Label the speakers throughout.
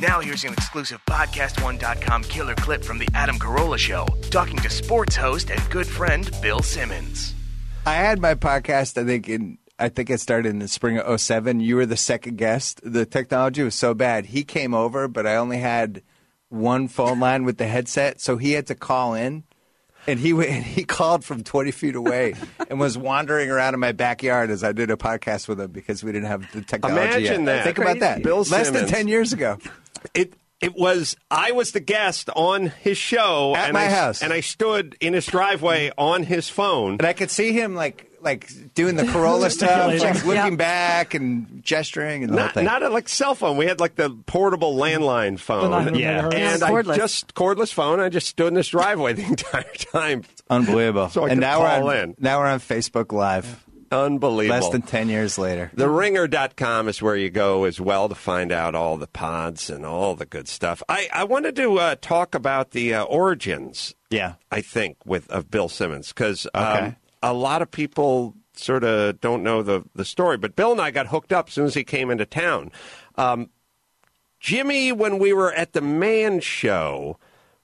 Speaker 1: Now here's an exclusive PodcastOne.com killer clip from The Adam Carolla Show, talking to sports host and good friend Bill Simmons.
Speaker 2: I had my podcast, I think, in. I think it started in the spring of 07. You were the second guest. The technology was so bad. He came over, but I only had one phone line with the headset, so he had to call in. And he went, and he called from 20 feet away and was wandering around in my backyard as I did a podcast with him because we didn't have the technology.
Speaker 3: Imagine
Speaker 2: yet.
Speaker 3: that.
Speaker 2: Think about that.
Speaker 3: Bill
Speaker 2: Less than
Speaker 3: Simmons.
Speaker 2: 10 years ago.
Speaker 3: It it was I was the guest on his show
Speaker 2: At
Speaker 3: and
Speaker 2: my
Speaker 3: I,
Speaker 2: house.
Speaker 3: and I stood in his driveway on his phone.
Speaker 2: And I could see him like like doing the Corolla stuff, like looking back and gesturing and the whole
Speaker 3: Not,
Speaker 2: thing.
Speaker 3: not a like cell phone. We had like the portable landline phone.
Speaker 4: The 900
Speaker 3: yeah,
Speaker 4: megahertz.
Speaker 3: and
Speaker 5: Cordless.
Speaker 3: I just cordless phone. I just stood in this driveway the entire time.
Speaker 2: Unbelievable.
Speaker 3: So I
Speaker 2: and
Speaker 3: could
Speaker 2: now we're
Speaker 3: call
Speaker 2: on,
Speaker 3: in.
Speaker 2: now we're on Facebook Live.
Speaker 3: Unbelievable.
Speaker 2: Less than 10 years later.
Speaker 3: TheRinger.com is where you go as well to find out all the pods and all the good stuff. I, I wanted to uh, talk about the uh, origins.
Speaker 2: Yeah.
Speaker 3: I think with of Bill Simmons because um,
Speaker 2: Okay.
Speaker 3: a lot of people sort of don't know the the story. But Bill and I got hooked up as soon as he came into town. Um, Jimmy, when we were at the Man Show,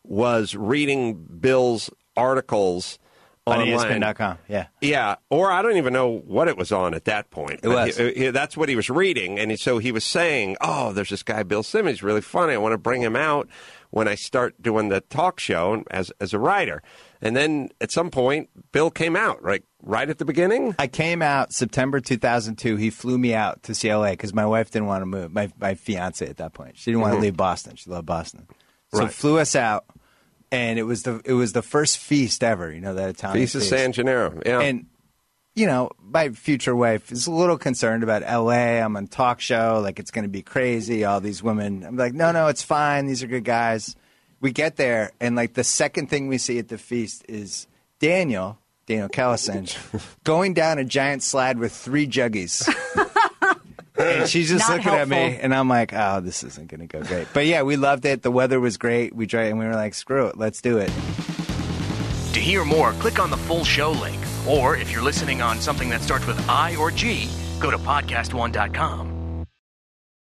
Speaker 3: was reading Bill's articles
Speaker 2: On E
Speaker 3: online.
Speaker 2: ESPN.com. Yeah.
Speaker 3: Yeah, or I don't even know what it was on at that point. It
Speaker 2: was.
Speaker 3: that's what he was reading, and so he was saying, "Oh, there's this guy Bill Simmons, really funny. I want to bring him out when I start doing the talk show as as a writer." And then at some point, Bill came out right right at the beginning.
Speaker 2: I came out September 2002. He flew me out to CLA because my wife didn't want to move. My my fiance at that point, she didn't want to leave Boston. She loved Boston, so
Speaker 3: Mm-hmm. Right.
Speaker 2: flew us out, and it was the it was the first feast ever. You know that Italian
Speaker 3: He's
Speaker 2: feast.
Speaker 3: San Gennaro. Yeah,
Speaker 2: and you know my future wife is a little concerned about LA. I'm on talk show, like it's going to be crazy. All these women. I'm like, no, no, it's fine. These are good guys. We get there, and like the second thing we see at the feast is Daniel. Daniel Callison going down a giant slide with three juggies. And she's just
Speaker 5: Not
Speaker 2: looking at me,
Speaker 5: helpful.
Speaker 2: and I'm like, "Oh, this isn't going to go great." But yeah, we loved it. The weather was great. We tried, and we were like, "Screw it, let's do it."
Speaker 1: To hear more, click on the full show link. Or if you're listening on something that starts with I or G, go to PodcastOne.com.